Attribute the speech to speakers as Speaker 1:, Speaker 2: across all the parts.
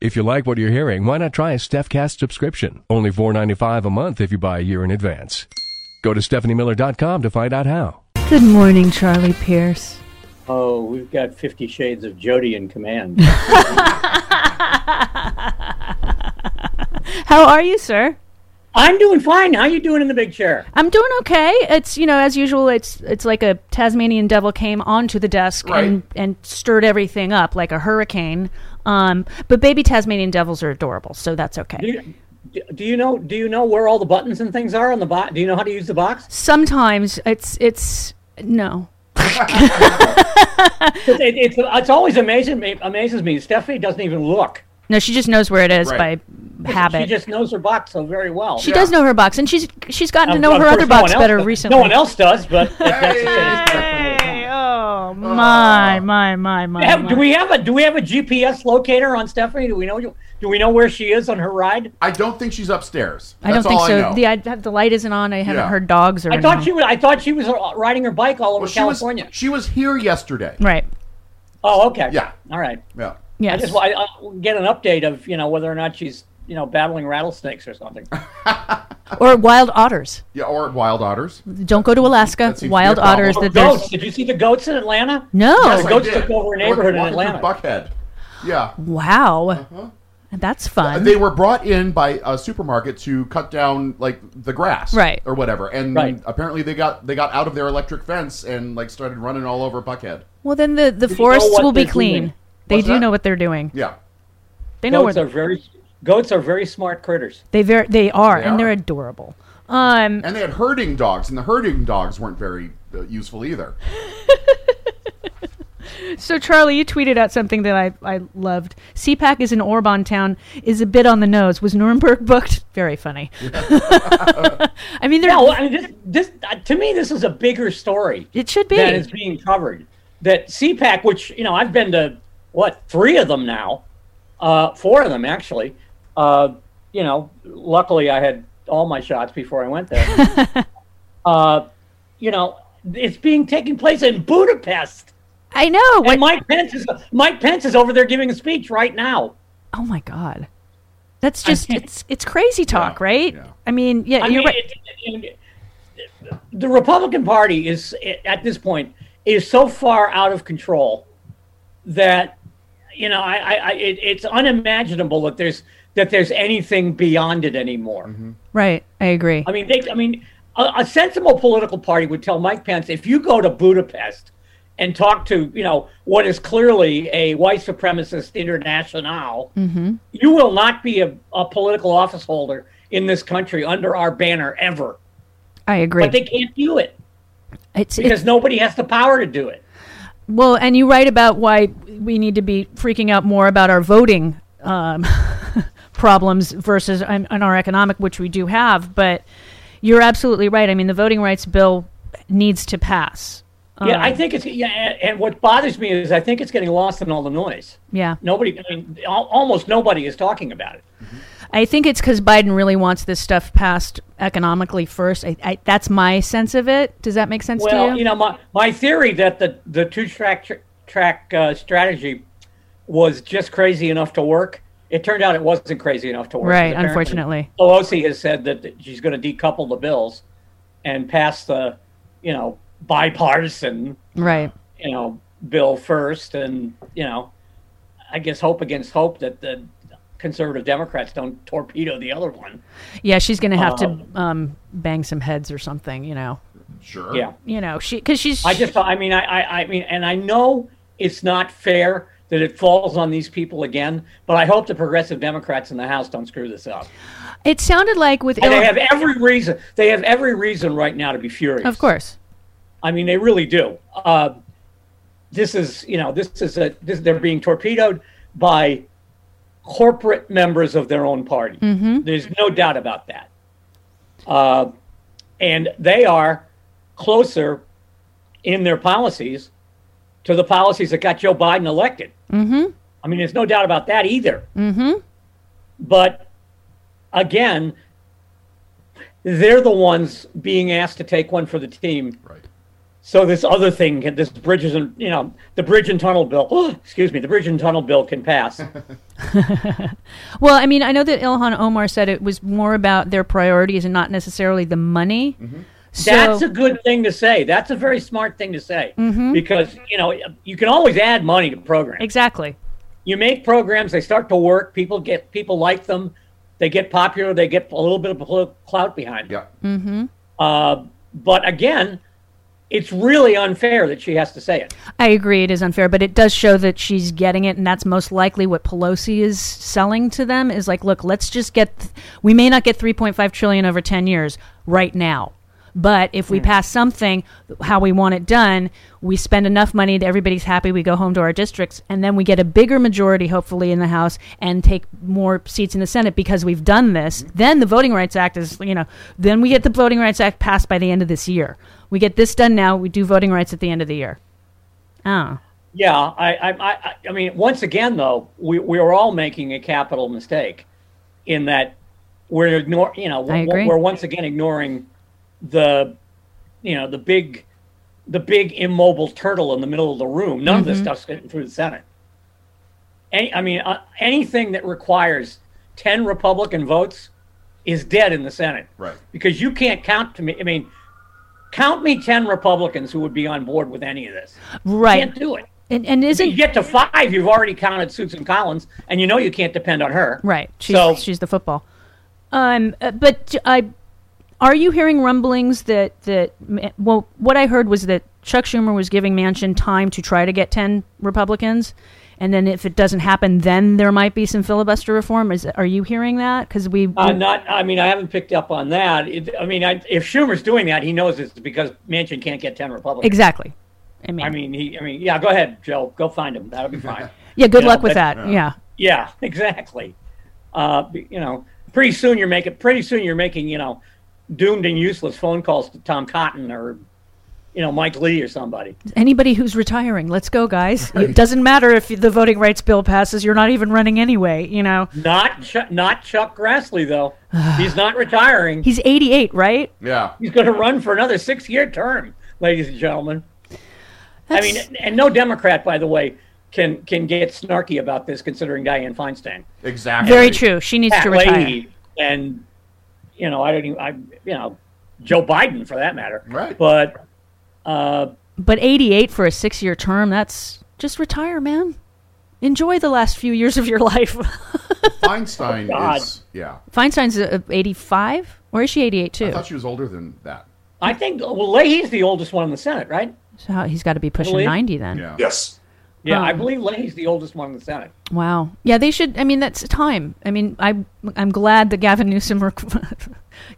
Speaker 1: If you like what you're hearing, why not try a StephCast subscription? Only $4.95 a month if you buy a year in advance. Go to StephanieMiller.com to find out how.
Speaker 2: Good morning, Charlie Pierce.
Speaker 3: Oh, we've got Fifty Shades of Jody in command.
Speaker 2: How are you, sir?
Speaker 3: I'm doing fine. How you doing in the big chair?
Speaker 2: I'm doing okay. It's you know, as usual, it's it's like a Tasmanian devil came onto the desk
Speaker 3: Right.
Speaker 2: and and stirred everything up like a hurricane. Um, but baby Tasmanian devils are adorable, so that's
Speaker 3: Do
Speaker 2: okay.
Speaker 3: you, do you know? Do you know where all the buttons and things are on the box? Do you know how to use the box?
Speaker 2: Sometimes it's it's no.
Speaker 3: 'Cause It, it's it's always amazing me amazes me. Stephanie doesn't even look.
Speaker 2: No, she just knows where it is
Speaker 1: Right.
Speaker 2: by habit.
Speaker 3: She just knows her box so very well.
Speaker 2: She does know her box, and she's she's gotten to
Speaker 3: Of-
Speaker 2: know
Speaker 3: of
Speaker 2: her
Speaker 3: course,
Speaker 2: other
Speaker 3: no one
Speaker 2: box
Speaker 3: else
Speaker 2: better
Speaker 3: does-
Speaker 2: recently.
Speaker 3: No one else does, but that, that's the
Speaker 2: Hey, oh my, my, my, my.
Speaker 3: Have, do
Speaker 2: my.
Speaker 3: we have a do we have a GPS locator on Stephanie? Do we know you? Do we know where she is on her ride?
Speaker 4: I don't think she's upstairs.
Speaker 2: I don't
Speaker 4: That's
Speaker 2: think
Speaker 4: all
Speaker 2: so.
Speaker 4: I know.
Speaker 2: The I, the light isn't on. I haven't
Speaker 4: Yeah.
Speaker 2: heard dogs or.
Speaker 3: I thought
Speaker 2: anything.
Speaker 3: she was. I thought she was uh, riding her bike all over
Speaker 4: Well, she
Speaker 3: California.
Speaker 4: was she was here yesterday.
Speaker 2: Right.
Speaker 3: oh, okay.
Speaker 4: Yeah.
Speaker 3: All right.
Speaker 4: Yeah.
Speaker 2: Yes.
Speaker 3: I just I, I get an update of you know whether or not she's you know battling rattlesnakes or something.
Speaker 2: or wild otters.
Speaker 4: Yeah, or wild otters.
Speaker 3: Oh,
Speaker 2: Don't go to Alaska.
Speaker 4: That seems to be
Speaker 2: Wild
Speaker 4: a problem.
Speaker 2: otters.
Speaker 3: Or
Speaker 2: That
Speaker 3: goats?
Speaker 2: there's
Speaker 3: Did you see the goats in Atlanta?
Speaker 2: no.
Speaker 4: Yes, I
Speaker 3: goats
Speaker 4: did.
Speaker 3: took over a
Speaker 4: They were
Speaker 3: neighborhood in
Speaker 4: walking through
Speaker 3: Atlanta.
Speaker 4: Buckhead. Yeah.
Speaker 2: Wow. That's fun.
Speaker 4: Uh-huh. They were brought in by a supermarket to cut down like the grass,
Speaker 2: Right.
Speaker 4: or whatever. And
Speaker 3: Right.
Speaker 4: apparently they got they got out of their electric fence and like started running all over Buckhead.
Speaker 2: well, then the the
Speaker 3: know
Speaker 2: forests
Speaker 3: what
Speaker 2: will be
Speaker 3: they're doing?
Speaker 2: clean. They
Speaker 4: What's
Speaker 2: do
Speaker 4: that?
Speaker 2: know what they're doing.
Speaker 4: Yeah,
Speaker 2: They know where
Speaker 3: Goats are very goats are very smart critters.
Speaker 2: they ver- they are,
Speaker 4: They
Speaker 2: and
Speaker 4: are.
Speaker 2: they're adorable. Um,
Speaker 4: and they had herding dogs, and the herding dogs weren't very uh, useful either.
Speaker 2: so Charlie, you tweeted out something that I, I loved. CPAC is an Orban town, is a bit on the nose. Was Nuremberg booked? Very funny. I mean, they're,
Speaker 3: No, I mean this this uh, to me this is a bigger story
Speaker 2: it should be.
Speaker 3: that is being covered. That CPAC, which you know I've been to what three of them now, uh, four of them actually. Uh, you know, luckily I had all my shots before I went there. uh, you know, it's being taking place in Budapest.
Speaker 2: I know. What?
Speaker 3: And Mike Pence is Mike Pence is over there giving a speech right now.
Speaker 2: oh my god, that's just it's it's crazy talk,
Speaker 4: Yeah,
Speaker 2: right?
Speaker 4: yeah.
Speaker 2: I mean, yeah,
Speaker 3: I
Speaker 2: you're
Speaker 3: mean,
Speaker 2: right.
Speaker 3: it- it- it- the Republican Party is at this point is so far out of control that you know I, I, I it, it's unimaginable that there's that there's anything beyond it anymore.
Speaker 2: right, I agree.
Speaker 3: I mean, they, I mean, a, a sensible political party would tell Mike Pence if you go to Budapest and talk to you know what is clearly a white supremacist international, you will not be a, a political office holder in this country under our banner ever.
Speaker 2: I agree.
Speaker 3: But they can't do it
Speaker 2: it's, it's
Speaker 3: because nobody has the power to do it.
Speaker 2: Well, and you write about why we need to be freaking out more about our voting um, problems versus and, and our economic, which we do have. But you're absolutely right. I mean, the voting rights bill needs to pass.
Speaker 3: yeah, I think it's yeah. And, and what bothers me is I think it's getting lost in all the noise.
Speaker 2: Yeah,
Speaker 3: Nobody, I mean, al- almost nobody is talking about it.
Speaker 2: I think it's because Biden really wants this stuff passed economically first. I, I, that's my sense of it. Does that make sense
Speaker 3: Well,
Speaker 2: to you?
Speaker 3: you know, my, my theory that the, the two track tr- track uh, strategy was just crazy enough to work It turned out it wasn't crazy enough to work.
Speaker 2: Right,
Speaker 3: Apparently,
Speaker 2: unfortunately.
Speaker 3: Pelosi has said that she's going to decouple the bills and pass the, you know, bipartisan,
Speaker 2: Right.
Speaker 3: you know, bill first, and you know, I guess hope against hope that the conservative Democrats don't torpedo the other one.
Speaker 2: Yeah, she's going to have
Speaker 3: Um,
Speaker 2: to um, bang some heads or something, you know.
Speaker 4: Sure.
Speaker 3: Yeah.
Speaker 2: You know, she cuz she's
Speaker 3: I just, I mean, I, I, I mean, and I know it's not fair that it falls on these people again, but I hope the progressive Democrats in the House don't screw this up.
Speaker 2: it sounded like with
Speaker 3: And
Speaker 2: Ill-
Speaker 3: they have every reason. They have every reason right now to be furious.
Speaker 2: Of course.
Speaker 3: I mean, they really do. Uh, this is, you know, this is a. This, they're being torpedoed by corporate members of their own party. There's no doubt about that. Uh, and they are closer in their policies to the policies that got Joe Biden elected. Mm-hmm. I mean, there's no doubt about that either. Mm-hmm. But again, they're the ones being asked to take one for the team.
Speaker 4: Right.
Speaker 3: So this other thing, can- this bridges and you know the bridge and tunnel bill. oh, excuse me, the bridge and tunnel bill can pass.
Speaker 2: Well, I mean, I know that Ilhan Omar said it was more about their priorities and not necessarily the money. So,
Speaker 3: Mm-hmm. That's a good thing to say. That's a very smart thing to say because you know you can always add money to programs.
Speaker 2: exactly.
Speaker 3: you make programs, they start to work. People get people like them. They get popular. They get a little bit of political clout behind. them.
Speaker 4: Yeah.
Speaker 3: Uh, but again, it's really unfair that she has to say it.
Speaker 2: I agree, it is unfair, but it does show that she's getting it, and that's most likely what Pelosi is selling to them is like, look, let's just get, th- we may not get 3.5 trillion over 10 years right now, but if we pass something how we want it done, we spend enough money that everybody's happy, we go home to our districts, and then we get a bigger majority, hopefully, in the House and take more seats in the Senate because we've done this. Then the Voting Rights Act is, you know, then we get the Voting Rights Act passed by the end of this year. We get this done now, we do voting rights at the end of the year. Oh,
Speaker 3: Yeah, I, I, I, I- I mean, once again, though, we we are all making a capital mistake, in that we're ignore, you know,
Speaker 2: I
Speaker 3: we're,
Speaker 2: agree.
Speaker 3: we're once again ignoring the, you know, the big, the big immobile turtle in the middle of the room. None of
Speaker 2: Mm-hmm.
Speaker 3: this stuff's getting through the Senate. Any, I mean, uh, anything that requires ten Republican votes is dead in the Senate,
Speaker 4: Right.
Speaker 3: Because you can't count to me. I mean, count me ten Republicans who would be on board with any of this.
Speaker 2: right.
Speaker 3: Can't do it.
Speaker 2: And, and
Speaker 3: You
Speaker 2: isn't
Speaker 3: get to five, you've already counted Susan Collins, and you know you can't depend on her.
Speaker 2: right? She's
Speaker 3: So-
Speaker 2: she's the football. Um, uh, but I, are you hearing rumblings that that Ma- well, what I heard was that Chuck Schumer was giving Manchin time to try to get ten Republicans, and then if it doesn't happen, then there might be some filibuster reform. Is are you hearing that? Because we
Speaker 3: Uh, not. I mean, I haven't picked up on that. It, I mean, I, if Schumer's doing that, he knows it's because Manchin can't get ten Republicans.
Speaker 2: exactly. I mean,
Speaker 3: I mean, he. I mean, yeah. Go ahead, Joe. Go find him. That'll be fine.
Speaker 2: yeah. Good
Speaker 3: you know,
Speaker 2: luck with
Speaker 3: that-
Speaker 2: that. yeah.
Speaker 3: yeah, exactly. Uh, b- you know, pretty soon you're making. Pretty soon you're making. You know, doomed and useless phone calls to Tom Cotton or, you know, Mike Lee or somebody.
Speaker 2: Anybody who's retiring, let's go, guys. It doesn't matter if the voting rights bill passes; you're not even running anyway. You know,
Speaker 3: Not Chuck, not Chuck Grassley though. He's not retiring.
Speaker 2: he's 88, right?
Speaker 4: Yeah.
Speaker 3: He's going to run for another six-year term, ladies and gentlemen. I
Speaker 2: That's-
Speaker 3: mean, and no Democrat, by the way, can can get snarky about this, considering Dianne Feinstein,
Speaker 4: Exactly.
Speaker 2: Very true. She needs
Speaker 3: Pat
Speaker 2: to retire.
Speaker 3: Leahy, and you know, I don't even, I, you know, Joe Biden for that matter.
Speaker 4: Right.
Speaker 3: But uh,
Speaker 2: But 88 for a six year term, that's just retire, man. Enjoy the last few years of your life.
Speaker 4: Feinstein
Speaker 3: Oh, God.
Speaker 4: is. Yeah.
Speaker 2: Feinstein's uh, 85, or is she 88
Speaker 4: I
Speaker 2: too?
Speaker 4: thought she was older than that.
Speaker 3: I think well, Leahy's the oldest one in the Senate, right?
Speaker 2: So he's got to be pushing
Speaker 3: Really?
Speaker 2: 90 then.
Speaker 4: Yeah.
Speaker 5: Yes.
Speaker 3: Yeah, I
Speaker 2: Um.
Speaker 3: believe Leahy's the oldest one in the Senate.
Speaker 2: Wow. Yeah, they should. I mean, that's time. I mean, I, I'm glad that Gavin Newsom rec-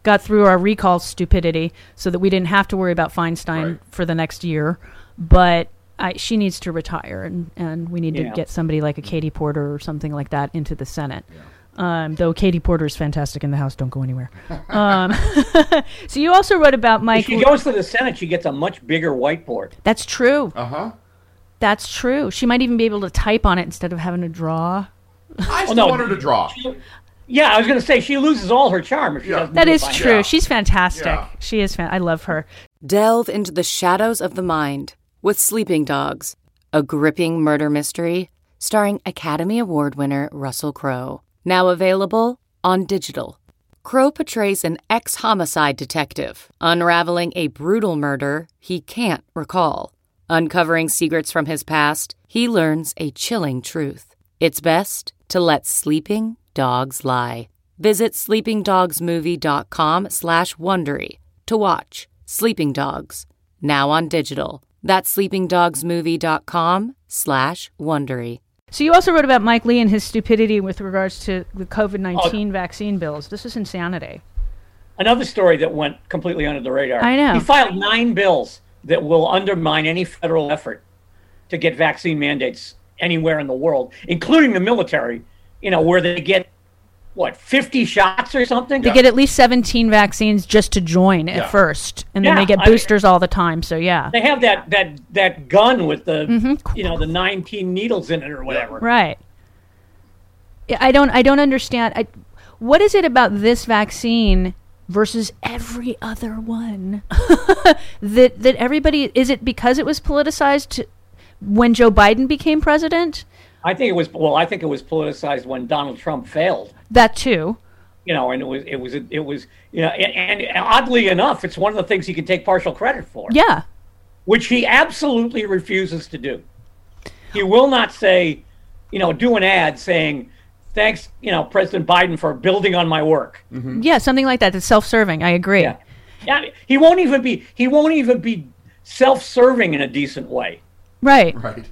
Speaker 2: got through our recall stupidity so that we didn't have to worry about Feinstein
Speaker 4: Right.
Speaker 2: for the next year. But I, she needs to retire, and, and we need
Speaker 3: Yeah.
Speaker 2: to get somebody like a Katie Porter or something like that into the Senate. Um, though Katie Porter is fantastic in the House, don't go anywhere. Um, so you also wrote about
Speaker 3: If
Speaker 2: Mike.
Speaker 3: she goes to the Senate, she gets a much bigger whiteboard.
Speaker 2: That's true.
Speaker 4: Uh
Speaker 3: Uh-huh.
Speaker 4: huh.
Speaker 2: That's true. She might even be able to type on it instead of having to draw. Oh,
Speaker 4: I still
Speaker 3: no.
Speaker 4: want her to draw.
Speaker 3: Yeah, I was going to say she loses all her charm if she
Speaker 4: Yeah.
Speaker 3: doesn't.
Speaker 2: That
Speaker 3: do it
Speaker 2: is
Speaker 3: by
Speaker 2: true.
Speaker 4: Yeah.
Speaker 2: She's fantastic.
Speaker 4: Yeah.
Speaker 2: She is fan- I love her.
Speaker 6: Delve into the shadows of the mind with Sleeping Dogs, a gripping murder mystery
Speaker 5: starring Academy Award winner Russell Crowe. Now available on digital. Crowe portrays an ex homicide detective, unraveling a brutal murder he can't recall. Uncovering secrets from his past, he learns a chilling truth. It's best to let sleeping dogs lie. Visit sleepingdogsmovie.com slash Wondery to watch Sleeping Dogs, now on digital. That's sleepingdogsmovie.com slash Wondery.
Speaker 2: So you also wrote about Mike Lee and his stupidity with regards to the COVID
Speaker 3: Oh,
Speaker 2: nineteen vaccine bills. This is insanity.
Speaker 3: Another story that went completely under the radar.
Speaker 2: I know.
Speaker 3: He filed nine bills that will undermine any federal effort to get vaccine mandates anywhere in the world, including the military, you know, where they get what, 50 shots or something?
Speaker 2: They get at least seventeen vaccines just to join at first, and then
Speaker 3: Yeah,
Speaker 2: they get
Speaker 3: I-
Speaker 2: boosters all the time. So yeah,
Speaker 3: They have that that that gun with the you know, the 19 needles in it or whatever.
Speaker 2: Mm-hmm. right. Yeah, I don't. I don't understand. I, what is it about this vaccine versus every other one that that everybody is it because it was politicized to, when Joe Biden became president?
Speaker 3: I think it was well, I think it was politicized when Donald Trump failed.
Speaker 2: That too.
Speaker 3: you know, and it was, it was, it was, you know, and, and oddly enough, it's one of the things he can take partial credit for,
Speaker 2: Yeah.
Speaker 3: which he absolutely refuses to do. He will not say, you know, do an ad saying, thanks, you know, President Biden for building on my work.
Speaker 4: Mm-hmm.
Speaker 2: Yeah, something like that. It's self-serving. I agree.
Speaker 3: Yeah. Yeah, he won't even be, he won't even be self-serving in a decent way.
Speaker 2: Right.
Speaker 4: Right.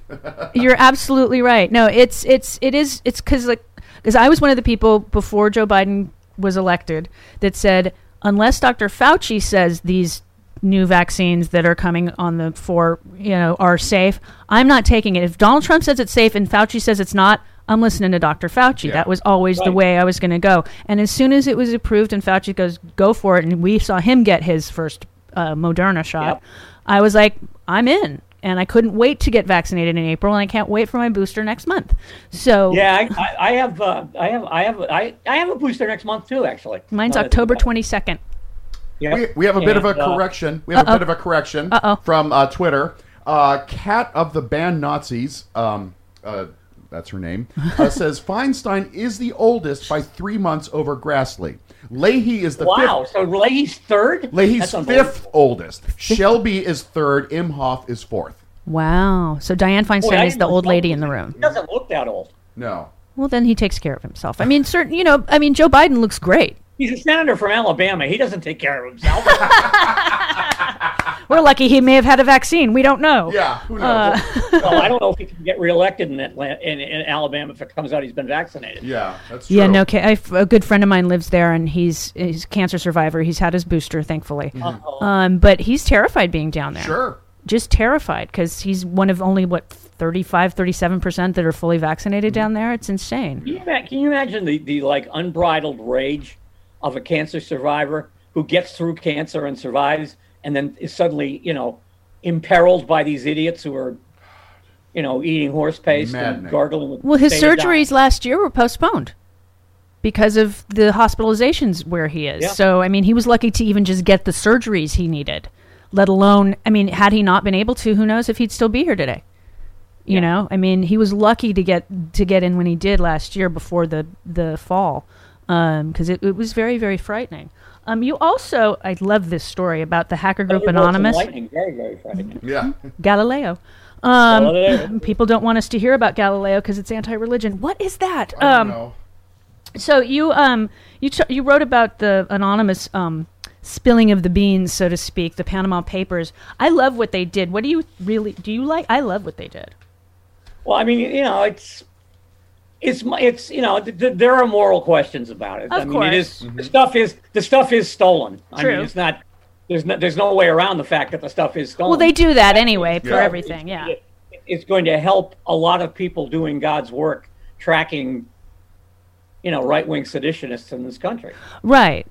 Speaker 2: You're absolutely right. No, it's it's it is it's cuz like cuz I was one of the people before Joe Biden was elected that said unless Dr. Fauci says these new vaccines that are coming on the for, you know, are safe, I'm not taking it. If Donald Trump says it's safe and Fauci says it's not, I'm listening to Dr. Fauci. That was always the way I was going to go. And as soon as it was approved and Fauci goes, go for it, and we saw him get his first uh, Moderna shot,
Speaker 3: Yep.
Speaker 2: I was like, I'm in. And I couldn't wait to get vaccinated in April, and I can't wait for my booster next month. So
Speaker 3: Yeah, I, I, I have, uh, I have, I have, I, I have a booster next month too, actually.
Speaker 2: mine's
Speaker 3: Now that I think
Speaker 2: October
Speaker 3: about it.
Speaker 2: 22nd.
Speaker 3: Yeah.
Speaker 4: We, we have a bit of a
Speaker 3: And, uh,
Speaker 4: correction. We have a bit of a correction from uh, Twitter. Uh, Cat of the band Nazis, um, uh, that's her name, uh, says Feinstein is the oldest by three months over Grassley. Leahy is the
Speaker 3: Wow.
Speaker 4: fifth.
Speaker 3: So Leahy's third?
Speaker 4: Leahy's
Speaker 3: That's unbelievable.
Speaker 4: fifth oldest. Shelby is third. Imhoff is fourth.
Speaker 2: Wow. So Diane
Speaker 3: Boy,
Speaker 2: Feinstein
Speaker 3: I
Speaker 2: is
Speaker 3: didn't
Speaker 2: the
Speaker 3: know
Speaker 2: old
Speaker 3: Trump
Speaker 2: lady in
Speaker 3: was-
Speaker 2: the room.
Speaker 3: He doesn't look that old.
Speaker 4: No.
Speaker 2: Well, then he takes care of himself. I mean, certain, you know, I mean, Joe Biden looks great.
Speaker 3: He's a senator from Alabama. He doesn't take care of himself.
Speaker 2: We're lucky he may have had a vaccine. We don't know.
Speaker 4: Yeah. Who knows?
Speaker 2: Uh,
Speaker 3: so Oh, I don't know if he can get reelected in Atlanta, in, in Alabama if it comes out he's been vaccinated.
Speaker 4: yeah. That's true.
Speaker 2: Yeah, no. ca- I f- A good friend of mine lives there, and he's he's a cancer survivor. He's had his booster, thankfully.
Speaker 3: Uh-huh.
Speaker 2: Um, but he's terrified being down there.
Speaker 4: Sure.
Speaker 2: just terrified because he's one of only what 35 37% that are fully vaccinated down there it's insane
Speaker 3: Can you, ima- can you imagine the, the like unbridled rage of a cancer survivor who gets through cancer and survives, and then is suddenly you know imperiled by these idiots who are you know eating horse paste
Speaker 4: Maddening.
Speaker 3: and gargling with
Speaker 2: well his
Speaker 3: Betadine.
Speaker 2: surgeries last year were postponed because of the hospitalizations where he is
Speaker 3: Yeah.
Speaker 2: so i mean he was lucky to even just get the surgeries he needed let alone i mean had he not been able to who knows if he'd still be here today you know i mean he was lucky to get to get in when he did last year before the the fall because it, it was very very frightening um, you also i love this story about the hacker group
Speaker 3: Thunderbolts and
Speaker 2: anonymous
Speaker 3: lightning, very very frightening.
Speaker 4: Yeah.
Speaker 2: Galileo.
Speaker 3: Galileo.
Speaker 2: Um, people don't want us to hear about Galileo because it's anti-religion. What is that? Um,
Speaker 4: no.
Speaker 2: so you um, you t- you wrote about the anonymous um, spilling of the beans, so to speak, the Panama Papers. I love what they did. What do you really do? You like? I love what they did.
Speaker 3: Well, I mean, you know, it's it's my- it's you know, th- th- there are moral questions about it.
Speaker 2: Of
Speaker 3: I mean,
Speaker 2: course.
Speaker 3: it is- the stuff is the stuff is stolen. I
Speaker 2: True.
Speaker 3: mean, it's not. There's no, there's no way around the fact that the stuff is stolen.
Speaker 2: Well, they do that anyway for
Speaker 4: Yeah.
Speaker 2: everything. Yeah.
Speaker 3: It- It's going to help a lot of people doing God's work, tracking, you know, right wing seditionists in this country.
Speaker 2: Right.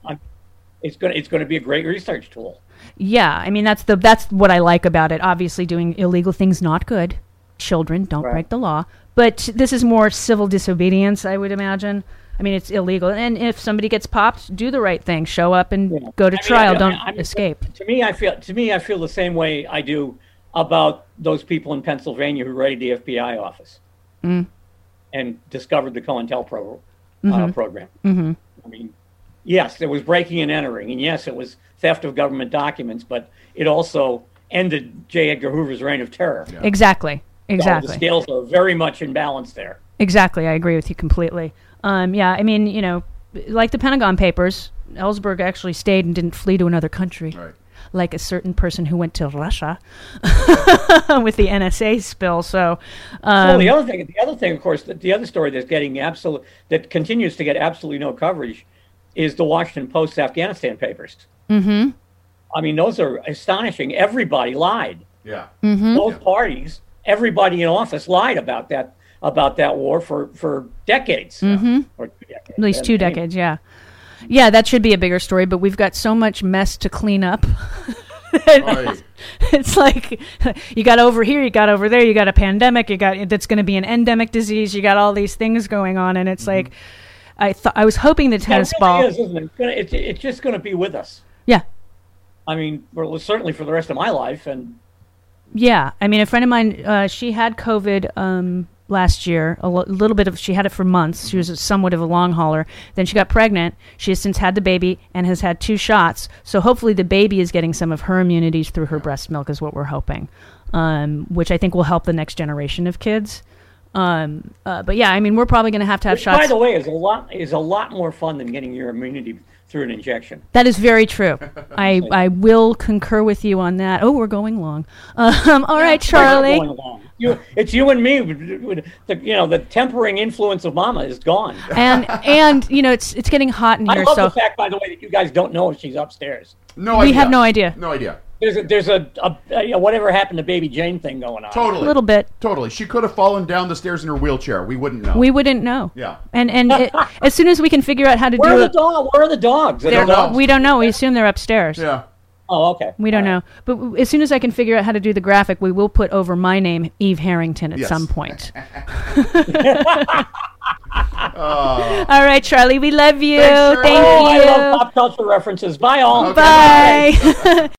Speaker 3: It's going to, it's going to be a great research tool.
Speaker 2: Yeah. I mean, that's the that's what I like about it. Obviously, doing illegal things not good. Children don't break the law, but this is more civil disobedience, I would imagine. I mean, it's illegal, and if somebody gets popped, do the right thing. Show up and go to
Speaker 3: I mean,
Speaker 2: trial.
Speaker 3: I-
Speaker 2: don't
Speaker 3: I- I-
Speaker 2: escape.
Speaker 3: To me, I feel to me I feel the same way
Speaker 2: Mm.
Speaker 3: I do about those people in Pennsylvania who raided the FBI office. and discovered the COINTELPRO uh,
Speaker 2: Mm-hmm.
Speaker 3: program. I mean, yes, there was breaking and entering, and yes, it was theft of government documents, but it also ended J. Edgar Hoover's reign of terror.
Speaker 2: Exactly.
Speaker 3: So the
Speaker 2: Exactly.
Speaker 3: scales are very much in balance there.
Speaker 2: Exactly, I agree with you completely. Um, yeah, I mean, you know, like the Pentagon Papers, Ellsberg actually stayed and didn't flee to another country,
Speaker 4: Right.
Speaker 2: like a certain person who went to Russia with the NSA spill. So,
Speaker 3: well,
Speaker 2: Um,
Speaker 3: the other thing, the other thing, of course, the, the other story that's getting absolute, that continues to get absolutely no coverage, is the Washington Post's Afghanistan papers. Mm-hmm. I mean, those are astonishing. Everybody lied.
Speaker 4: Yeah.
Speaker 2: mm-hmm.
Speaker 3: Both parties, everybody in office lied about that about that war for for decades, or two decades.
Speaker 2: Mm-hmm. at least two decades, yeah, yeah, that should be a bigger story. But we've got so much mess to clean up.
Speaker 3: Oh,
Speaker 4: Right.
Speaker 2: it's like you got over here, you got over there, you got a pandemic, you got that's going to be an endemic disease, you got all these things going on, and it's like I thought I was hoping the
Speaker 3: It
Speaker 2: tennis
Speaker 3: Mm-hmm. really
Speaker 2: ball,
Speaker 3: is, isn't it? It's gonna- it's- it's just going to be with us.
Speaker 2: yeah,
Speaker 3: I mean, well, certainly for the rest of my life, and
Speaker 2: yeah. I mean, a friend of mine, uh, she had COVID um, last year, a lo- little bit of she had it for months. She was somewhat of a long hauler. Then she got pregnant. She has since had the baby and has had two shots. So hopefully, the baby is getting some of her immunities through her breast milk, is what we're hoping, um, which I think will help the next generation of kids. Um, uh, but yeah, I mean, we're probably going to have to have
Speaker 3: which,
Speaker 2: shots.
Speaker 3: by the way, is a lot is a lot more fun than getting your immunity through an injection.
Speaker 2: That is very true. I, I will concur with you on that. Oh, we're going long. Um, all right, Charlie.
Speaker 3: Going along. You, it's you and me. The, you know, the tempering influence of Mama is gone.
Speaker 2: And and you know it's it's getting hot in
Speaker 3: I
Speaker 2: here,
Speaker 3: love
Speaker 2: so
Speaker 3: the fact, by the way, that you guys don't know if she's upstairs.
Speaker 4: No
Speaker 2: We
Speaker 4: idea.
Speaker 2: have no idea.
Speaker 4: No idea.
Speaker 3: There's a there's a, a, a whatever happened to Baby Jane thing going on.
Speaker 2: a
Speaker 4: Totally.
Speaker 2: little bit.
Speaker 4: Totally. She could have fallen down the stairs in her wheelchair. We wouldn't know.
Speaker 2: We wouldn't know.
Speaker 4: Yeah.
Speaker 2: And and it, as soon as we can figure out how to
Speaker 3: Where are
Speaker 2: do
Speaker 3: the
Speaker 2: it,
Speaker 3: dog? Where are the dogs? Are there
Speaker 4: They're-
Speaker 3: dogs?
Speaker 2: we don't know. We assume they're upstairs.
Speaker 4: yeah.
Speaker 3: Oh, okay.
Speaker 2: We don't know. But w- as soon as I can figure out how to do the graphic, we will put over my name, Eve Harrington, at
Speaker 4: Yes.
Speaker 2: some point. All right, Charlie. We love you.
Speaker 4: Thanks, Charlie.
Speaker 2: Thank
Speaker 3: Oh,
Speaker 2: you.
Speaker 3: I love pop culture references. Bye all.
Speaker 2: Bye.